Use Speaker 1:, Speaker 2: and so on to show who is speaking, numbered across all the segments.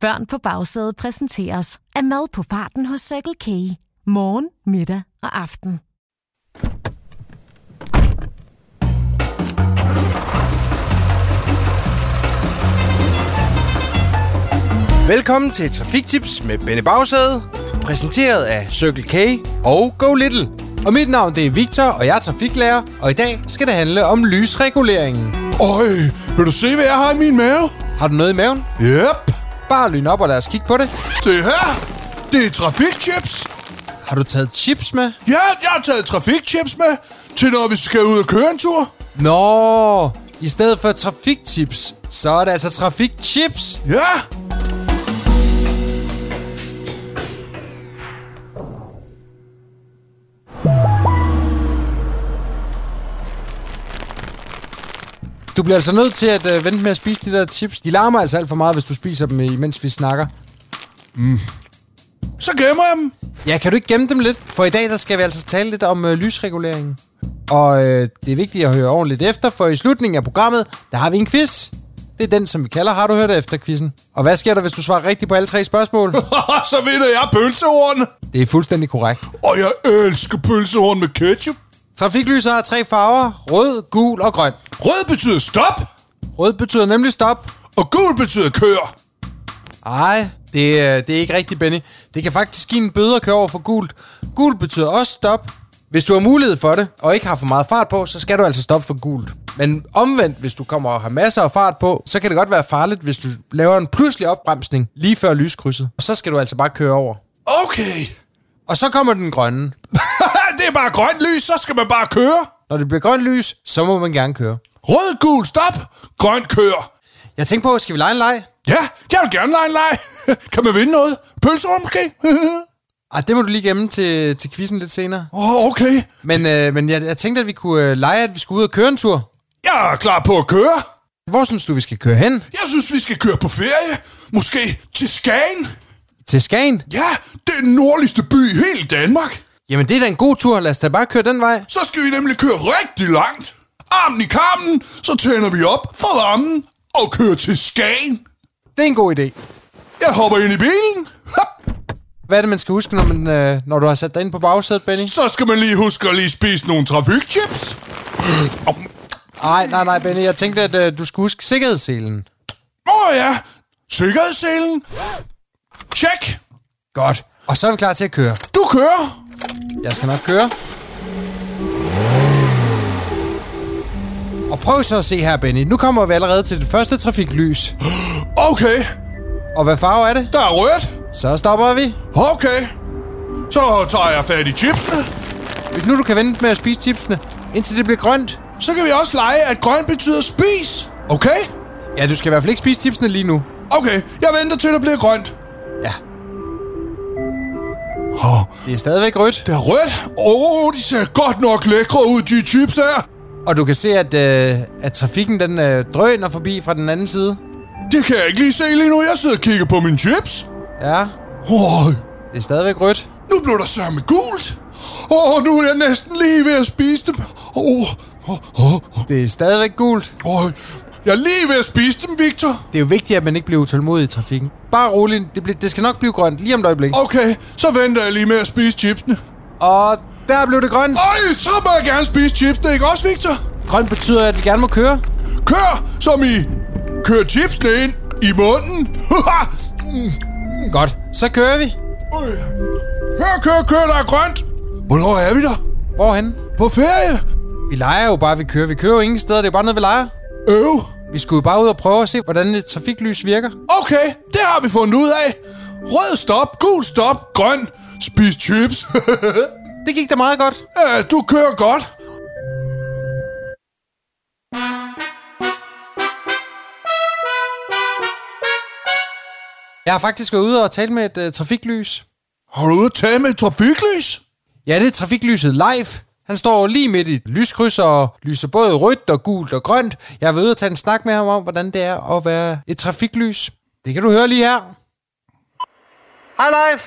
Speaker 1: Børn på bagsædet præsenteres af mad på farten hos Circle K. Morgen, middag og aften.
Speaker 2: Velkommen til Trafiktips med Benny Bagsæde, præsenteret af Circle K og Go Little. Og mit navn det er Victor, og jeg er trafiklærer, og i dag skal det handle om lysreguleringen.
Speaker 3: Øj, vil du se, hvad jeg har i min mave?
Speaker 2: Har du noget i maven?
Speaker 3: Yep,
Speaker 2: Bare lyn op og lad os kigge på det.
Speaker 3: det her, det er trafikchips.
Speaker 2: Har du taget chips med?
Speaker 3: Ja, jeg har taget trafikchips med, til når vi skal ud og køre en tur.
Speaker 2: Nå, i stedet for trafiktips, så er det altså trafikchips.
Speaker 3: Ja,
Speaker 2: Du bliver altså nødt til at øh, vente med at spise de der chips. De larmer altså alt for meget, hvis du spiser dem, imens vi snakker.
Speaker 3: så gemmer jeg dem.
Speaker 2: Ja, kan du ikke gemme dem lidt? For i dag der skal vi altså tale lidt om øh, lysreguleringen. Og øh, det er vigtigt at høre ordentligt efter, for i slutningen af programmet, der har vi en quiz. Det er den, som vi kalder Har du hørt efter quizzen? Og hvad sker der, hvis du svarer rigtigt på alle tre spørgsmål?
Speaker 3: så vinder jeg pølsehorn.
Speaker 2: det er fuldstændig korrekt.
Speaker 3: Og jeg elsker pølsehorn med ketchup.
Speaker 2: Trafiklyset har tre farver. Rød, gul og grøn.
Speaker 3: Rød betyder stop,
Speaker 2: Rød betyder nemlig stop.
Speaker 3: og gul betyder kør.
Speaker 2: Ej, det, øh, det er ikke rigtigt, Benny. Det kan faktisk give en bøde at køre over for gult. Gult betyder også stop. Hvis du har mulighed for det, og ikke har for meget fart på, så skal du altså stoppe for gult. Men omvendt, hvis du kommer og har masser af fart på, så kan det godt være farligt, hvis du laver en pludselig opbremsning lige før lyskrydset. Og så skal du altså bare køre over.
Speaker 3: Okay.
Speaker 2: Og så kommer den grønne.
Speaker 3: det er bare grønt lys, så skal man bare køre.
Speaker 2: Når det bliver grønt lys, så må man gerne køre.
Speaker 3: Rød, gul, stop. Grøn, kør.
Speaker 2: Jeg tænkte på, skal vi lege en leg?
Speaker 3: Ja, jeg vil gerne lege en leg. kan man vinde noget? Pølsehorn måske?
Speaker 2: Ej, det må du lige gemme til, til quizzen lidt senere.
Speaker 3: Åh, oh, okay.
Speaker 2: Men, øh, men jeg, jeg tænkte, at vi kunne øh, lege, at vi skulle ud og køre en tur.
Speaker 3: Jeg er klar på at køre.
Speaker 2: Hvor synes du, vi skal køre hen?
Speaker 3: Jeg synes, vi skal køre på ferie. Måske til Skagen.
Speaker 2: Til Skagen?
Speaker 3: Ja, det er den nordligste by i hele Danmark.
Speaker 2: Jamen, det er da en god tur. Lad os da bare køre den vej.
Speaker 3: Så skal vi nemlig køre rigtig langt. Armen i kammen, så tænder vi op for varmen og kører til Skagen.
Speaker 2: Det er en god idé.
Speaker 3: Jeg hopper ind i bilen. Hop.
Speaker 2: Hvad er det, man skal huske, når, man, øh, når du har sat dig ind på bagsædet, Benny?
Speaker 3: Så skal man lige huske at lige spise nogle trafikchips. Au.
Speaker 2: Nej, nej, nej, Benny. Jeg tænkte, at øh, du skulle huske sikkerhedsselen.
Speaker 3: Åh oh, ja, sikkerhedsselen. Check.
Speaker 2: Godt. Og så er vi klar til at køre.
Speaker 3: Du kører.
Speaker 2: Jeg skal nok køre. Og prøv så at se her, Benny. Nu kommer vi allerede til det første trafiklys.
Speaker 3: Okay,
Speaker 2: Og hvad farve er det?
Speaker 3: der er rødt.
Speaker 2: Så stopper vi.
Speaker 3: Okay. Så tager jeg fat i chipsene.
Speaker 2: Hvis nu du kan vente med at spise chipsene, indtil det bliver grønt.
Speaker 3: Så kan vi også lege, at grøn betyder spis. Okay?
Speaker 2: Ja, du skal i hvert fald ikke spise chipsene lige nu.
Speaker 3: Okay, jeg venter til, der bliver grønt.
Speaker 2: Ja,
Speaker 3: Åh, oh,
Speaker 2: det er stadigvæk rødt.
Speaker 3: det er rødt. Åh, oh, de ser godt nok lækre ud, de chips her.
Speaker 2: Og du kan se, at, øh, at trafikken den øh, drøner forbi fra den anden side.
Speaker 3: Det kan jeg ikke lige se lige nu. Jeg sidder og kigger på mine chips.
Speaker 2: Ja,
Speaker 3: Åh, oh,
Speaker 2: det er stadigvæk rødt.
Speaker 3: nu blev der sørme gult. Åh, oh, nu er jeg næsten lige ved at spise dem. Åh, oh, åh, oh, åh,
Speaker 2: Det er stadigvæk gult.
Speaker 3: oh. Jeg er lige ved at spise dem, Victor.
Speaker 2: Det er jo vigtigt, at man ikke bliver utålmodig i trafikken. Bare rolig, det, bliver, det skal nok blive grønt lige om et øjeblik.
Speaker 3: Okay, så venter jeg lige med at spise chipsene.
Speaker 2: Og der blev det grønt.
Speaker 3: Øj, så må jeg gerne spise chipsene, ikke også, Victor?
Speaker 2: Grønt betyder, at vi gerne må køre.
Speaker 3: Kør, som i kør chipsene ind i munden. Mm.
Speaker 2: Godt, så kører vi.
Speaker 3: Øj. Kør, kør, kør, der er grønt. Hvornår er vi der?
Speaker 2: Hvorhen?
Speaker 3: På ferie?
Speaker 2: Vi leger jo bare, vi kører. Vi kører jo ingen steder, det er jo bare noget, vi leger.
Speaker 3: Øv.
Speaker 2: Vi skulle jo bare ud og prøve at se, hvordan et trafiklys virker.
Speaker 3: Okay, det har vi fundet ud af. Rød stop, gul stop, grøn. Spis chips.
Speaker 2: Det gik da meget godt.
Speaker 3: ja, du kører godt.
Speaker 2: Jeg har faktisk været ude og tale med et øh, trafiklys.
Speaker 3: Har du ude at tale med et trafiklys?
Speaker 2: Ja, det er trafiklyset live. Han står lige midt i et lyskryds og lyser både rødt og gult og grønt. Jeg har været ude og tage en snak med ham om, hvordan det er at være et trafiklys. Det kan du høre lige her. Hej live.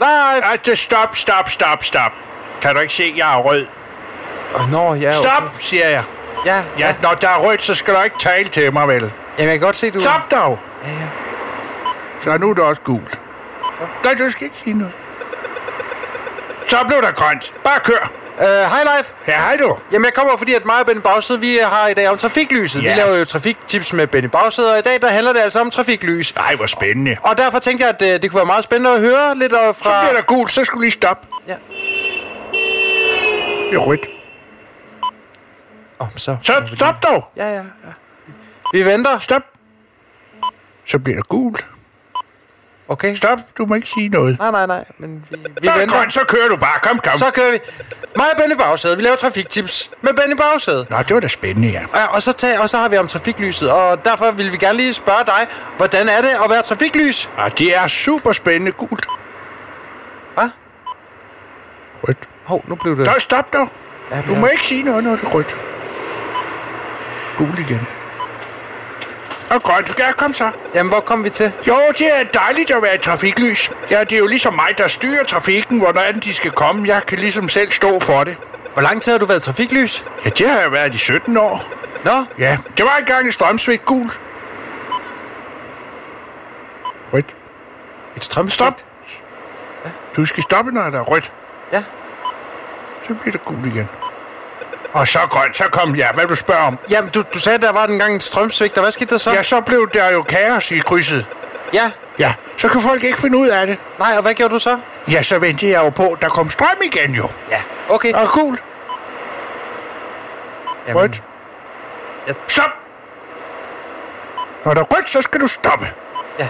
Speaker 2: Live.
Speaker 4: Ej, det- stop, stop, stop, stop. Kan du ikke se, jeg er rød?
Speaker 2: Oh, nå, ja. okay.
Speaker 4: Stop, siger jeg.
Speaker 2: Ja, ja.
Speaker 4: Ja, når der er rødt, så skal du ikke tale til mig, vel?
Speaker 2: Jamen, jeg kan godt se, du...
Speaker 4: Stop dog!
Speaker 2: Ja, ja.
Speaker 4: Så nu er det også gult. Nej, du skal ikke sige noget. Så blev der grønt. Bare kør.
Speaker 2: Øh, Hej Leif.
Speaker 4: Ja, hej du.
Speaker 2: Jamen, jeg kommer, fordi at mig og Benny Bagsted, vi har i dag om trafiklyset.
Speaker 4: Ja.
Speaker 2: Vi laver jo trafiktips med Benny Bagsted, og i dag der handler det altså om trafiklys.
Speaker 4: Nej, hvor spændende.
Speaker 2: Og derfor tænkte jeg, at øh, det kunne være meget spændende at høre lidt øh,
Speaker 4: Så
Speaker 2: fra...
Speaker 4: bliver der gult, så skulle lige stoppe.
Speaker 2: Ja.
Speaker 4: Det er rødt.
Speaker 2: Oh, så.
Speaker 4: Så stop dog.
Speaker 2: Ja, ja, ja. Vi venter.
Speaker 4: Stop. Så bliver det gult.
Speaker 2: Okay.
Speaker 4: Stop, du må ikke sige noget.
Speaker 2: Nej, nej, nej, men vi, vi
Speaker 4: Så er
Speaker 2: venter.
Speaker 4: grønt, så kører du bare. Kom, kom.
Speaker 2: Så kører vi. Mig og Benny Bagsæde, vi laver trafiktips med Benny Bagsæde.
Speaker 4: Nå, det var da spændende, ja.
Speaker 2: Ja, og så, tag, og så har vi om trafiklyset, og derfor vil vi gerne lige spørge dig, hvordan er det at være trafiklys?
Speaker 4: Og Ah, det er super spændende gult.
Speaker 2: Hvad?
Speaker 4: Rødt.
Speaker 2: Hov, nu blev det...
Speaker 4: Så stop dog.
Speaker 2: Øh. Ja,
Speaker 4: Du
Speaker 2: ja.
Speaker 4: må ikke sige noget, når det er rødt. Gul igen. Og grønt. Ja, kom så.
Speaker 2: Jamen, hvor kom vi til?
Speaker 4: Jo, det er dejligt at være i trafiklys. Ja, det er jo ligesom mig, der styrer trafikken, hvornår er det, de skal komme. Jeg kan ligesom selv stå for det.
Speaker 2: Hvor lang tid har du været trafiklys?
Speaker 4: Ja, det har jeg været i 17 år.
Speaker 2: Nå,
Speaker 4: Ja, det var engang et strømsvigt gul. Rødt.
Speaker 2: et strømsvigt.
Speaker 4: Stop. Du skal stoppe, når der er rødt.
Speaker 2: Ja.
Speaker 4: Så bliver det gul igen. Og så grønt, så kom jeg. Hvad du spørger om?
Speaker 2: Jamen, du, du sagde, der var dengang et strømsvigt, og hvad skete der så?
Speaker 4: Ja, så blev der jo kaos i krydset.
Speaker 2: ja.
Speaker 4: Ja, så kan folk ikke finde ud af det.
Speaker 2: Nej, og hvad gjorde du så?
Speaker 4: Ja, så ventede jeg jo på, der kom strøm igen jo.
Speaker 2: Ja. Okay.
Speaker 4: Og gul,
Speaker 2: Jamen,
Speaker 4: rødt.
Speaker 2: Ja.
Speaker 4: Stop! Når der er rødt, så skal du stoppe.
Speaker 2: Ja.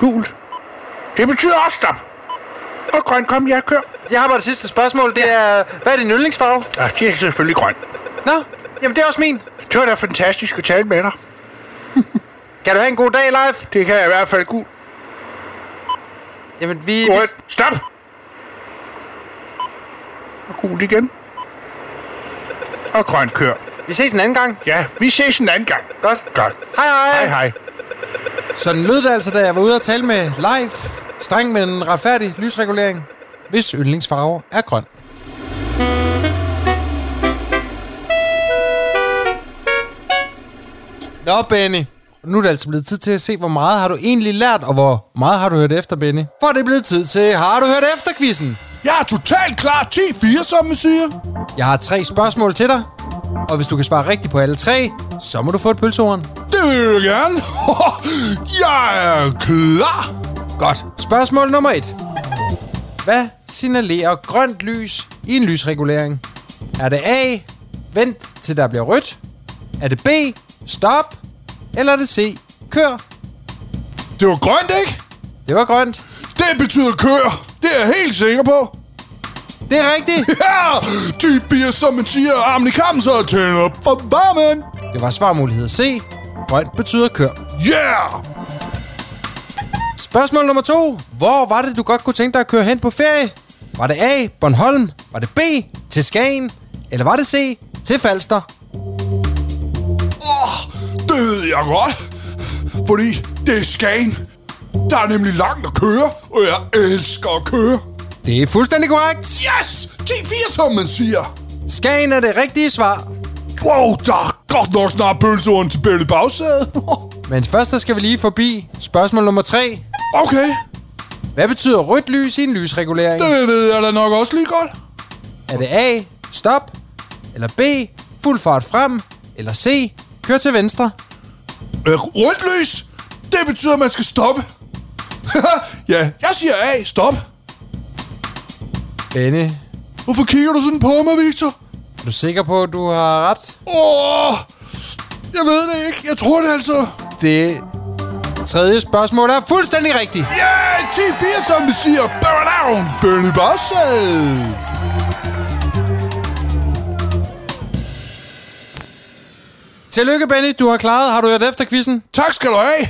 Speaker 4: Gul. Det betyder også stop. Og grøn, kom, jeg kører.
Speaker 2: Jeg har bare det sidste spørgsmål, det er, hvad er din yndlingsfarve?
Speaker 4: Ja, det er selvfølgelig grøn.
Speaker 2: Nå, jamen det er også min.
Speaker 4: Det var da fantastisk at tale med dig.
Speaker 2: Kan du have en god dag, Leif?
Speaker 4: Det kan jeg i hvert fald gul.
Speaker 2: Jamen, vi...
Speaker 4: Rødt. Stop! Og gul igen. Og grøn kør.
Speaker 2: Vi ses en anden gang.
Speaker 4: Ja, vi ses en anden gang.
Speaker 2: Godt.
Speaker 4: Godt.
Speaker 2: Hej hej.
Speaker 4: Hej, hej.
Speaker 2: Sådan lød det altså, da jeg var ude at tale med live. Streng, men retfærdig lysregulering, hvis yndlingsfarve er grøn. Nå, Benny. Nu er det altså blevet tid til at se, hvor meget har du egentlig lært, og hvor meget har du hørt efter, Benny. For det er blevet tid til, har du hørt efter quizzen?
Speaker 3: Jeg er totalt klar 10-4, som man siger.
Speaker 2: Jeg har tre spørgsmål til dig, og hvis du kan svare rigtigt på alle tre, så må du få et pølsehorn.
Speaker 3: Det vil jeg gerne. jeg er klar.
Speaker 2: Godt. Spørgsmål nummer et. Hvad signalerer grønt lys i en lysregulering? Er det A. Vent til der bliver rødt? Er det B. Stop? Eller er det C. Kør?
Speaker 3: Det var grønt, ikke?
Speaker 2: Det var grønt.
Speaker 3: Det betyder kør. Det er jeg helt sikker på.
Speaker 2: Det er rigtigt.
Speaker 3: Ja, de bier, som man siger, armen i kampen, så tænder op for varmen.
Speaker 2: Det var svarmulighed C. Grønt betyder kør.
Speaker 3: Yeah!
Speaker 2: Spørgsmål nummer to. Hvor var det, du godt kunne tænke dig at køre hen på ferie? Var det A. Bornholm? Var det B. Til Skagen? Eller var det C. Til Falster?
Speaker 3: Åh, oh, det ved jeg godt. Fordi det er Skagen. Der er nemlig langt at køre, og jeg elsker at køre.
Speaker 2: Det er fuldstændig korrekt.
Speaker 3: Yes! 10-4, som man siger.
Speaker 2: Skagen er det rigtige svar.
Speaker 3: Wow, der er godt nok snart pølsehorn til Belle Bagsæde.
Speaker 2: Men først der skal vi lige forbi spørgsmål nummer 3.
Speaker 3: okay,
Speaker 2: Hvad betyder rødt lys i en lysregulering?
Speaker 3: det ved jeg da nok også lige godt.
Speaker 2: Er det A, stop, eller B, fuld fart frem, eller C, kør til venstre?
Speaker 3: Øh, rødt lys, det betyder, at man skal stoppe. ja, jeg siger A, stop.
Speaker 2: Benny,
Speaker 3: Hvorfor kigger du sådan på mig, Victor?
Speaker 2: er du sikker på, at du har ret?
Speaker 3: Åh, jeg ved det ikke. Jeg tror det altså.
Speaker 2: Det tredje spørgsmål er fuldstændig rigtigt.
Speaker 3: Ja, yeah, 10-4, som vi siger. Burn down, Bernie Bossad.
Speaker 2: Tillykke, Benny. Du har klaret. Har du hørt efter quizzen?
Speaker 3: Tak skal du have.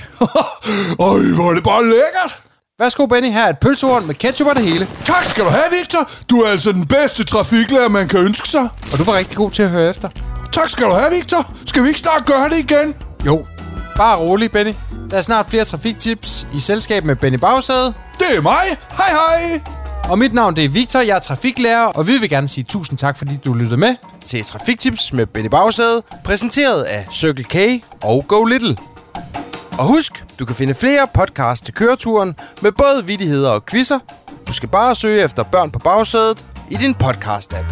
Speaker 3: Øj, hvor er det bare lækkert.
Speaker 2: Værsgo, Benny. Her er et pølsehorn med ketchup og det hele.
Speaker 3: Tak skal du have, Victor. Du er altså den bedste trafiklærer, man kan ønske sig.
Speaker 2: Og du var rigtig god til at høre efter.
Speaker 3: Tak skal du have, Victor. Skal vi ikke snart gøre det igen?
Speaker 2: Jo, bare rolig, Benny. Der er snart flere trafiktips i selskab med Benny Bagsæde.
Speaker 3: Det er mig. Hej, hej.
Speaker 2: Og mit navn det er Victor, jeg er trafiklærer, og vi vil gerne sige tusind tak, fordi du lyttede med til Trafiktips med Benny Bagsæde, præsenteret af Circle K og Go Little. Og husk, du kan finde flere podcasts til køreturen med både vittigheder og quizzer. Du skal bare søge efter Børn på bagsædet i din podcast-app.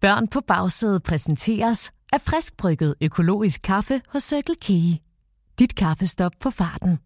Speaker 1: Børn på bagsædet præsenteres af friskbrygget økologisk kaffe hos Circle K. Dit kaffestop på farten.